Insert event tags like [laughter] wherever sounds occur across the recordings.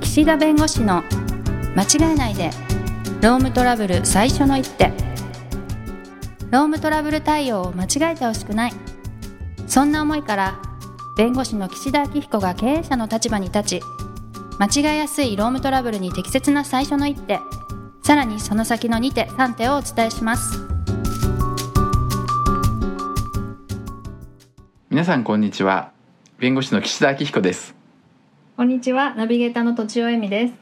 岸田弁護士の間違えないでロームトラブル最初の一手ロームトラブル対応を間違えてほしくないそんな思いから弁護士の岸田明彦が経営者の立場に立ち間違えやすいロームトラブルに適切な最初の一手さらにその先の2手3手をお伝えします皆さんこんにちは弁護士の岸田明彦ですこんにちはナビゲーターのとちおえみです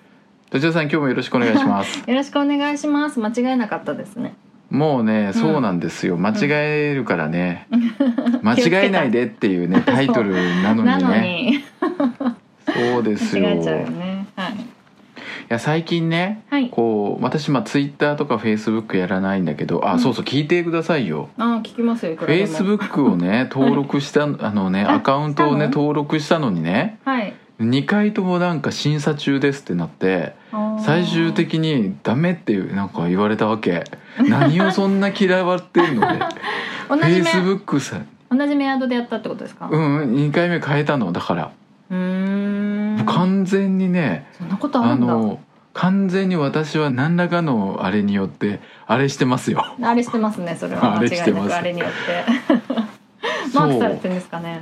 土壌さん今日もよろしくお願いします [laughs] よろしくお願いします間違えなかったですねもうねそうなんですよ、間違えるから [laughs] ね、間違えないでっていうねタイトルなのなにのねにそうですよ間違えちゃうよいねはいや最近ねはいこう私まあツイッターとかフェイスブックやらないんだけどあ、うんそうそう聞いてくださいよあー聞きますよいくフらェでイもスブックをね [laughs] 登録したあのねあアカウントをねした登録したのにねはい2回ともなんか審査中ですってなってあー最終的にダメっていうなんか言われたわ [laughs] け何をそんな嫌われてるので同フェじイメスブックさ同じメアドでやったってことですかう。んうん2回目変えたのだから、うーん。完全にねそんなことああるんだ。の完全に私は何らかのあれによってあれしてますよあれしてますね、それは。あ間れ違いしなてますくあれによって。 [laughs] マークそされうてるんですかね。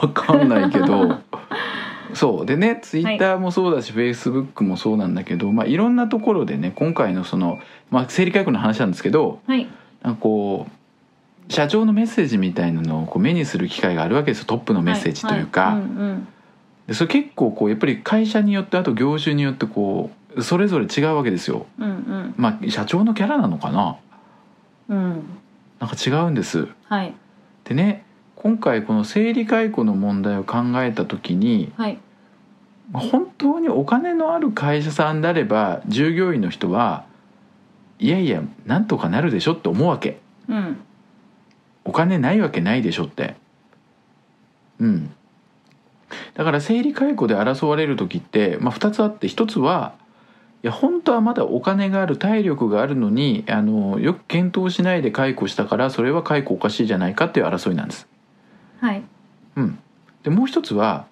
分かんないけ [laughs] どそうでねツイッターもそうだし、フェイスブックもそうなんだけど、まあ、いろんなところでね今回のその、まあ、生理改革の話なんですけど、はい。なんかこう社長のメッセージみたいなのをこう目にする機会があるわけですよトップのメッセージというか、ははいうんうん。でそれ結構こうやっぱり会社によってあと業種によってこうそれぞれ違うわけですようんまあ社長のキャラなのかなうん。うん。なんか違うんですはい。でね今回この生理解雇の問題を考えた時にはい。本当にお金のある会社さんであれば従業員の人はいやいやなんとかなるでしょって思うわけうん。お金ないわけないでしょってうんだから生理解雇で争われる時って、まあ、2つあって1つはいや本当はまだお金がある体力があるのにあのよく検討しないで解雇したからそれは解雇おかしいじゃないかっていう争いなんですはい。でもう1つは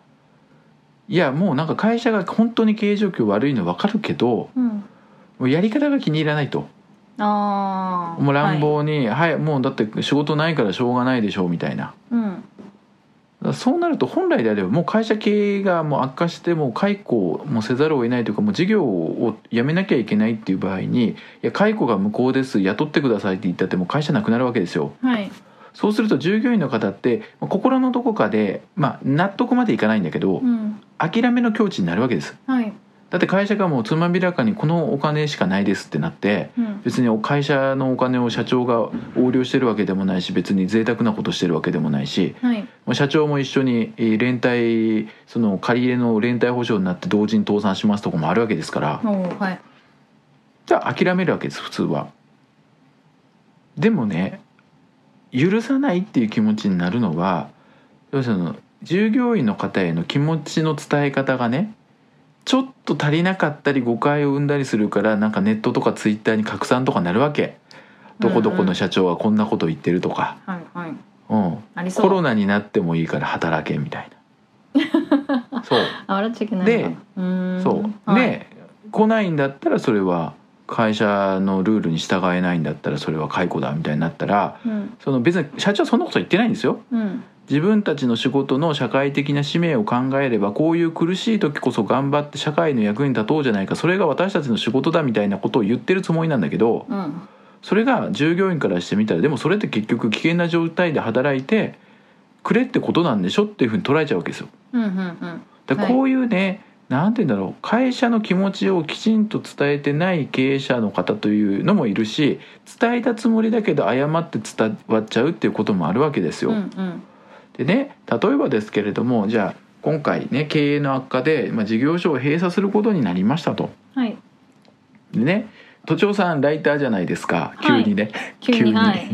いやもうなんか会社が本当に経営状況悪いの分かるけどうん。もうやり方が気に入らないとああ。もう乱暴に「はい、もうだって仕事ないからしょうがないでしょ」みたいなはい。うん。だからそうなると本来であればもう会社経営がもう悪化してもう解雇もせざるを得ないというかもう事業をやめなきゃいけないっていう場合にいや解雇が無効です雇ってくださいって言ったってもう会社なくなるわけですよはい。そうすると従業員の方ってまあ心のどこかで、まあ、納得までいかないんだけどうん。諦めの境地になるわけですはい。だって会社がもうつまびらかにこのお金しかないですってなってうん。別に会社のお金を社長が横領してるわけでもないし別に贅沢なことしてるわけでもないしはい。まあ社長も一緒にえー連帯その借り入れの連帯保証になって同時に倒産しますとかもあるわけですからおーはい。じゃあ諦めるわけです普通はでもね許さないっていう気持ちになるのは要するに従業員の方への気持ちの伝え方がねちょっと足りなかったり誤解を生んだりするからなんかネットとかツイッターに拡散とかなるわけどこどこの社長はこんなこと言ってるとか、はい。はい。うん、ありそコう。ロナになってもいいから働けみたい [laughs] なそうあ、笑っちゃいけないのかな。うーん。そうはい。で来ないんだったらそれは会社のルールに従えないんだったらそれは解雇だみたいになったらうん。その別に社長はそんなこと言ってないんですようん。自分たちの仕事の社会的な使命を考えればこういう苦しい時こそ頑張って社会の役に立とうじゃないかそれが私たちの仕事だみたいなことを言ってるつもりなんだけどうん。それが従業員からしてみたらでもそれって結局危険な状態で働いてくれってことなんでしょっていうふうに捉えちゃうわけですよ。うん。うん。ではいこういうね、なんて言うんだろう会社の気持ちをきちんと伝えてない経営者の方というのもいるし伝えたつもりだけど誤って伝わっちゃうっていうこともあるわけですうよ。ん。うん。うん。でね例えばですけれどもじゃあ今回ね経営の悪化で、まあ、事業所を閉鎖することになりましたと。はい。でね都庁さんライターじゃないですかは急いにね、急に。はい。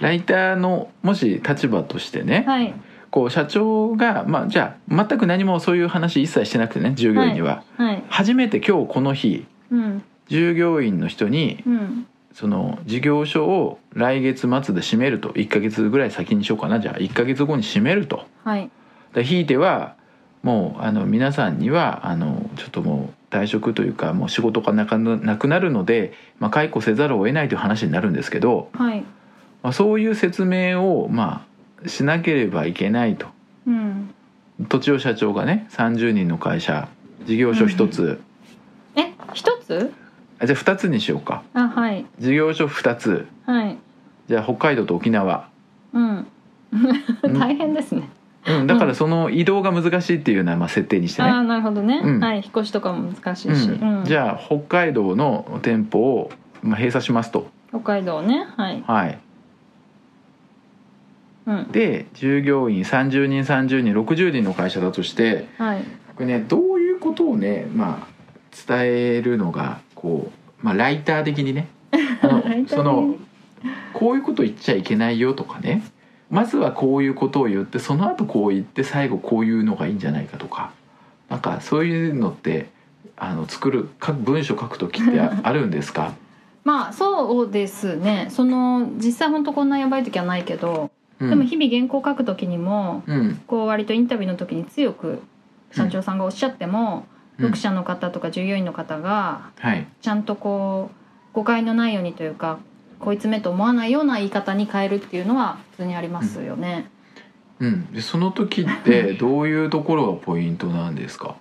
ライターのもし立場としてね、はい。こう社長が、まあ、じゃあ全く何もそういう話一切してなくてね従業員には、はい。初めて今日この日うん。従業員の人にうん。その事業所を来月末で閉めると1ヶ月ぐらい先にしようかなじゃあ1ヶ月後に閉めるとはい。でひいてはももうあの皆さんにはあのちょっともう退職というかもう仕事がなかななくなるので、まあ、解雇せざるを得ないという話になるんですけど、はいまあ、そういう説明をまあしなければいけないとうん土地を社長がね30人の会社事業所1つ、え一つあじゃあ2つにしようかあはい事業所2つはいじゃあ北海道と沖縄、うん大変ですねうん、だからその移動が難しいっていうようなまあ設定にしてねああなるほどね、うんはい引っ越しとかも難しういし、んうんじゃあ北海道の店舗をまあ閉鎖しますと。北海道ねはい、はい、うん、で従業員30人30人60人の会社だとしてはいこれねどういうことをね、まあ、伝えるのがこう、まあ、ライター的にね [laughs] あのライター的にそのこういうこと言っちゃいけないよとかねまずはこういうことを言ってその後こう言って最後こういうのがいいんじゃないかとかなんかそういうのってあの作る書く文章書く時って [laughs] ああるんですかまあそうですねその実際本当こんなやばい時はないけど、うんでも日々原稿書く時にもうんこう割とインタビューの時に強く社長さんがおっしゃっても、うん読者の方とか従業員の方がはいちゃんとこう誤解のないようにというかこいつめと思わないような言い方に変えるっていうのは普通にありますよね。うん、でその時 [laughs] ってどういうところがポイントなんですか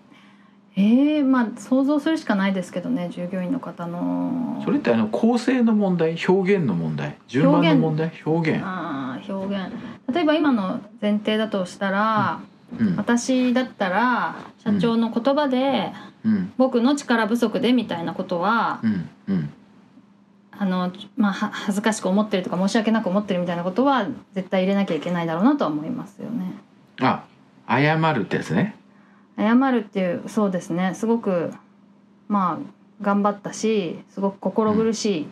ええまあ想像するしかないですけどね従業員の方のそれってあの構成の問題表現の問題順番の問題表現あー表現例えば今の前提だとしたら、うん私だったら社長の言葉で、うん僕の力不足でみたいなことは、うんうんあのまあは恥ずかしく思ってるとか申し訳なく思ってるみたいなことは絶対入れなきゃいけないだろうなとは思いますよね。あ謝るってやつね謝るっていうそうですねすごくまあ頑張ったしすごく心苦しい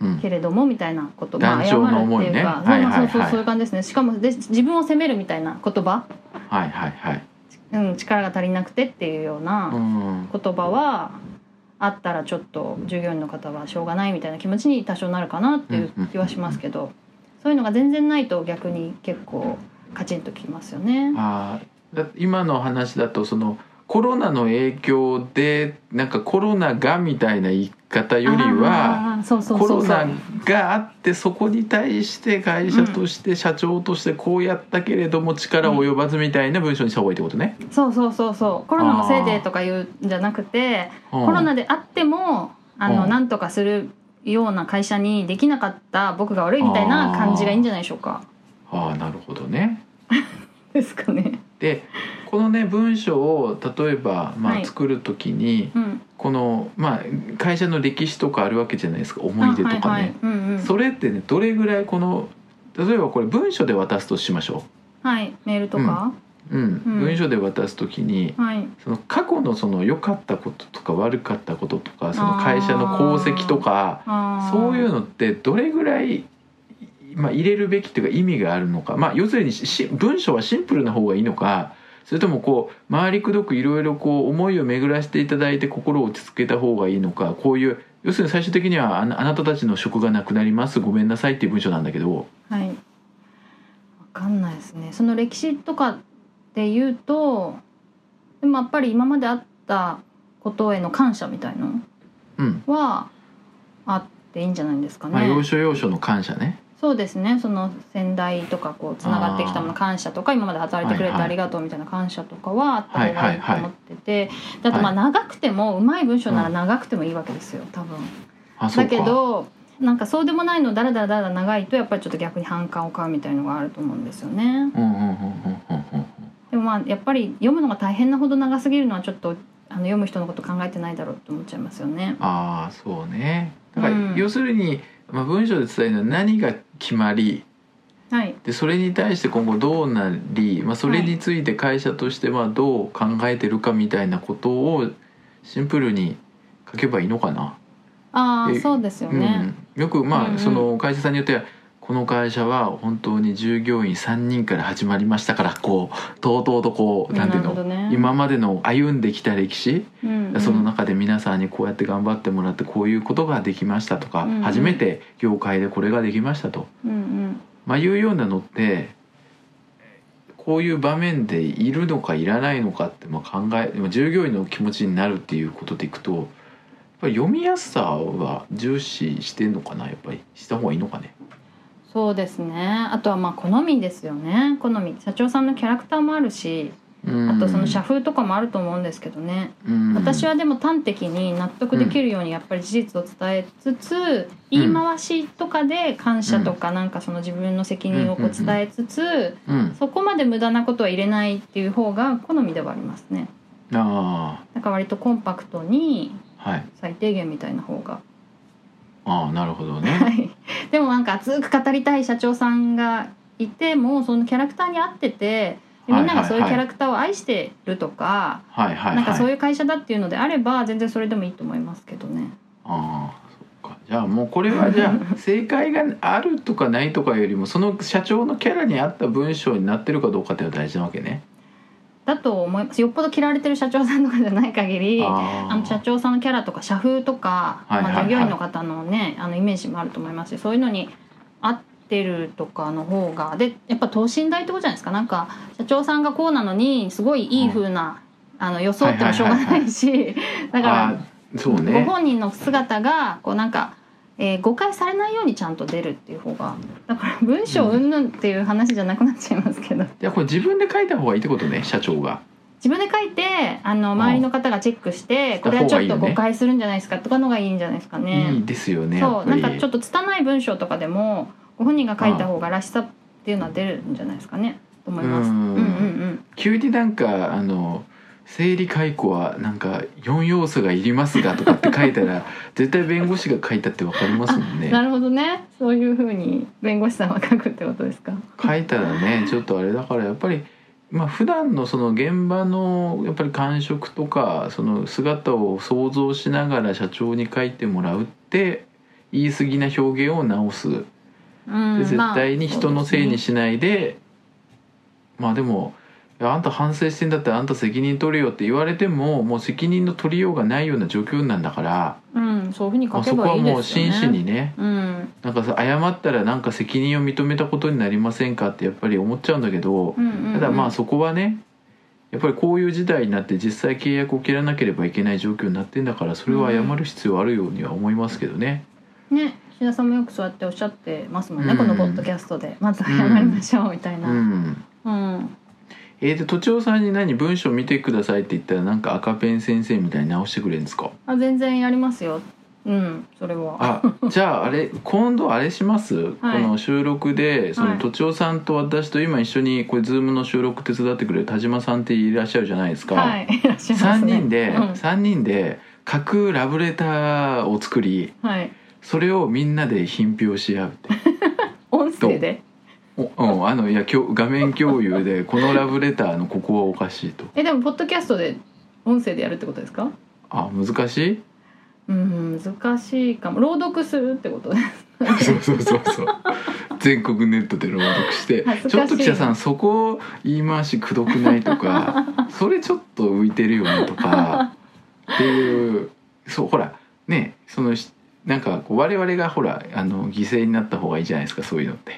うんけれども、みたいなこと、まあ、断謝る腸のっ思ていいうねか、はいはいはいそうそうそうそういう感じですねしかもで自分を責めるみたいな言葉、はいはいはいうん、力が足りなくてっていうような。うん言葉はあったらちょっと従業員の方はしょうがないみたいな気持ちに多少なるかなっていう気はしますけどそういうのが全然ないと逆に結構カチンときますよね。あーだ今の話だとそのコロナの影響でなんかコロナがみたいな言い方よりはあーそうそうコそロうそナうがあってそこに対して会社として社長としてこうやったけれども力及ばずみたいな文章にした方がいいってことね。そうそうそうそうコロナのせいでとか言うんじゃなくてココロナであってもあうのんなんとかするような会社にできなかった僕が悪いみたいな感じがいいんじゃないでしょうか。ああなるほどね。ですかね。でこのね文章を例えば、まはあ、い作る時に、うん、この、まあ、会社の歴史とかあるわけじゃないですか思い出とかね、あはいはいうんうんそれってねどれぐらいこの例えばこれ文書で渡すとしましょはい、メールとか、う、うんうん文書で渡す時にはいその過去のその良かったこととか悪かったこととかその会社の功績とかあーそういうのってどれぐらい、まあ、入れるべきというか意味があるのか、まあ、要するにし文章はシンプルな方がいいのかそれともこう回りくどくいろいろこう思いを巡らしていただいて心を落ち着けた方がいいのかこういう要するに最終的にはあなあなたたちの職がなくなりますごめんなさいっていう文章なんだけどはい。わかんないですね。その歴史とかで言うと、でもやっぱり今まであったことへの感謝みたいのうん、はあっていいんじゃないですかね。まあ、要所要所の感謝ね。そうですね。その先代とかこうつながってきたものあー感謝とか今まで働いてくれてはいはいありがとうみたいな感謝とかはあった方がいいと思ってて、だってまはあい長くてもうまい文章なら長くてもいいわけですよ。多分。あそうだかけどなんかそうでもないのだらだらだらだら長いとやっぱりちょっと逆に反感を買うみたいのがあると思うんですよねうんうんうんうんうんうんでもまあやっぱり読むのが大変なほど長すぎるのはちょっとあの読む人のこと考えてないだろうと思っちゃいますよねああそうねだから、うん要するに、まあ、文章で伝えるのは何が決まりはいでそれに対して今後どうなり、まあ、それについて会社としてまあどう考えてるかみたいなことをシンプルに書けばいいのかな。あえあそうですよね、うん、よくまあ、うんうんその会社さんによってはこの会社は本当に従業員3人から始まりましたからこうとうとうとこうなんていうなるほの、どね今までの歩んできた歴史うんうんその中で皆さんにこうやって頑張ってもらってこういうことができましたとか、うんうん初めて業界でこれができましたと、うんうんまあ、いうようなのってここういう場面でいるのかいらないのかってまあ考えでも従業員の気持ちになるっていうことでいくとやっぱり読みやすさは重視してんのかなやっぱりした方がいいのかね。そうですねあとはまあ好みですよね好み社長さんのキャラクターもあるしうんあとその社風とかもあると思うんですけどね、うん私はでも端的に納得できるようにやっぱり事実を伝えつつ、言い回しとかで感謝とかなんかその自分の責任をこう伝えつつ、うんそこまで無駄なことは入れないっていう方が好みではありますねあだから割とコンパクトにあはい最低限みたいな方がああなるほどは [laughs] ね。いでもなんか熱く語りたい社長さんがいてもそのキャラクターに合っててでみんながそういうキャラクターを愛してるとか、はいはいはい。なんかそういう会社だっていうのであれば全然それでもいいと思いますけどね。ああそっかじゃあもうこれはじゃあ [laughs] 正解があるとかないとかよりもその社長のキャラに合った文章になってるかどうかっていうのが大事なわけね。だと思いますよっぽど嫌われてる社長さんとかじゃない限りああの社長さんのキャラとか社風とか、はいはいはいまあ、従業員の方のねあのイメージもあると思いますしそういうのに合ってるとかの方がでやっぱ等身大ってことじゃないですかなんか社長さんがこうなのにすごいいい風な、あの装ってもしょうがないし、だからあーそうごね。本人の姿がこうなんか、えー誤解されないようにちゃんと出るっていう方がだから文章云々っていう話じゃなくなっちゃいますけどじゃあこれ自分で書いた方がいいってことね社長が。自分で書いてあの周りの方がチェックしてこれはちょっと誤解するんじゃないですかとかのがいいんじゃないですかいね。いですよね。そうなんかちょっっと拙い文章とかでもご本人が書いた方がらしさっていうのは出るんじゃないですかねと思います。ううんんうんうん急になんかあの生理解雇はなんか4要素がいりますがとかって書いた [laughs] ら絶対弁護士が書いたってわかりますもんねな。るほどねそういうふうに弁護士さんは書くってことですか。書いたらねちょっとあれだからやっぱりまあ普段のその現場のやっぱり感触とかその姿を想像しながら社長に書いてもらうって言い過ぎな表現を直すでうん、絶まあ対に人のせいそうにですねしないでまあでもいやあんた反省してんだったらあんた責任取れよって言われてももう責任の取りようがないような状況なんだからうん、そういうふうにま書あけそこばはいいですよね。もう真摯にねうん、なんかさ謝ったらなんか責任を認めたことになりませんかってやっぱり思っちゃうんだけどうんうんうんただまあそこはねやっぱりこういう時代になって実際契約を切らなければいけない状況になってんだからそれは謝る必要あるようには思いますけどね。ね志田さんもよくそうやっておっしゃってますもんね、うんこのポッドキャストでまず謝りましょうみたいうな、うんん、えー、でとちおさんに何文章見てくださいって言ったらなんか赤ペン先生みたいに直してくれるんですかあ全然やりますようんそれは [laughs] あじゃああれ今度あれします、この収録でそはのいとちおさんと私と今一緒にこれズームの収録手伝ってくれる田島さんっていらっしゃるじゃないですか。はいいらっしゃいま3すね人で、うん三人で架空ラブレターを作りはいそれをみんなで品評し合うっ [laughs] て音声でおうんあのいやきょ画面共有でこのラブレターのここはおかしいとえでもポッドキャストで音声でやるってことですかあ難しいうん難しいかも朗読するっ [laughs] てことですそうそうそうそう全国ネットで朗読して恥ずかしいちょっと記者さんそこ言い回しくどくないと [laughs] かそれちょっと浮いてるよねとかっていうそうほらねそのしなんかこう我々がほらあの犠牲になった方がいいじゃないですかそういうのって。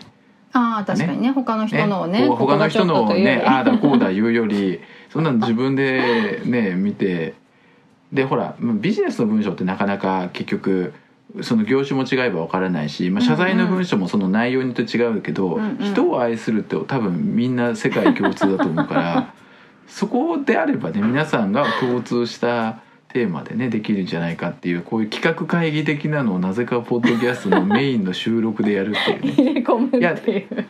ああ確かにね他の人のをねほここ他のがちょ人のっとをというよねりああだこうだ言うより [laughs] そんなの自分でね見てでほらビジネスの文章ってなかなか結局その業種も違えばわからないし、まあ、謝罪の文章もその内容によって違うけど、うんうん人を愛するって多分みんな世界共通だと思うから [laughs] そこであればね皆さんが共通したテーマでねできるんじゃないかっていうこういう企画会議的なのをなぜかポッドキャストのメインの収録でやるっていうね。入れ込むっていう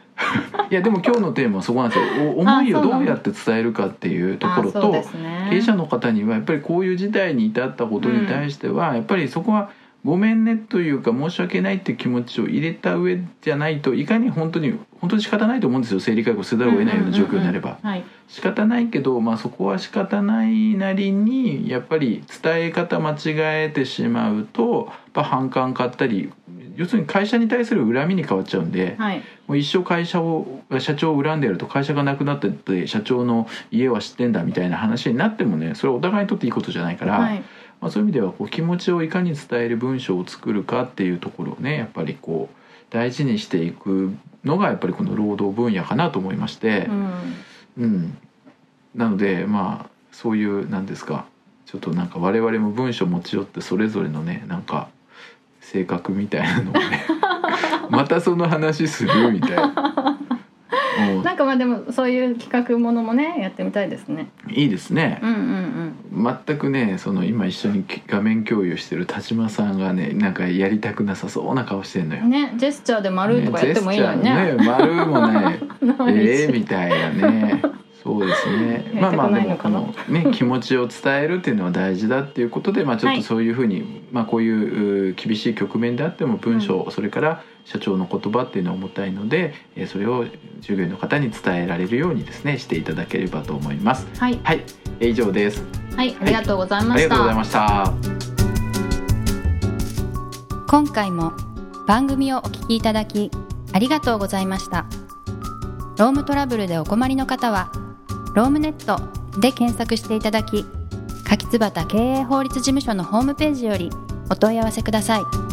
いやでも今日のテーマはそこなんですよお思いをあそうなどのうやって伝えるかっていうところあーそうと、ですね経営者の方にはやっぱりこういう事態に至ったことに対しては、やっぱりそこはごめんねというか申し訳ないっていう気持ちを入れた上じゃないといかに本当に本当に仕方ないと思うんですよ生理解雇せざるを得ないような状況になれば、うんうんうんはい仕方ないけど、まあ、そこは仕方ないなりにやっぱり伝え方間違えてしまうとやっぱ反感買ったり要するに会社に対する恨みに変わっちゃうんで。はいもう一生会社を社長を恨んでやると会社がなくなってって社長の家は知ってんだみたいな話になってもねそれはお互いにとっていいことじゃないから、はいまあ、そういう意味ではこう気持ちをいかに伝える文章を作るかっていうところをねやっぱりこう大事にしていくのがやっぱりこの労働分野かなと思いましてう、んううん、なのでまあそういうなんですかちょっとなんか我々も文章持ち寄ってそれぞれのねなんか性格みたいなのをね [laughs] またその話するみたいな。もうなんかまあでもそういう企画ものもねやってみたいですね。いいですねう、んうん全くねその今一緒に画面共有してる田島さんがねなんかやりたくなさそうな顔してんのようん。。ねジェスチャーで丸とかやってもいいのにね。ねジェスチャーね丸もない [laughs] ないしええみたいな [laughs] ねそうですねまやありまたあくなでいものこかなのね気持ちを伝えるっていうのは大事だっていうことでまあちょっはといそういうふうに、まあこういうう厳しい局面であっても文章、それから社長の言葉っていうのは重たいのでえーそれを従業員の方に伝えられるようにですねしていただければと思いますはいはいえー以上ですはいありがとうございあまりしがとうございた。ました今回も番組をお聞きいただきありがとうございましたロームトラブルでお困りの方は「ロームネット」で検索していただき柿椿経営法律事務所のホームページよりお問い合わせください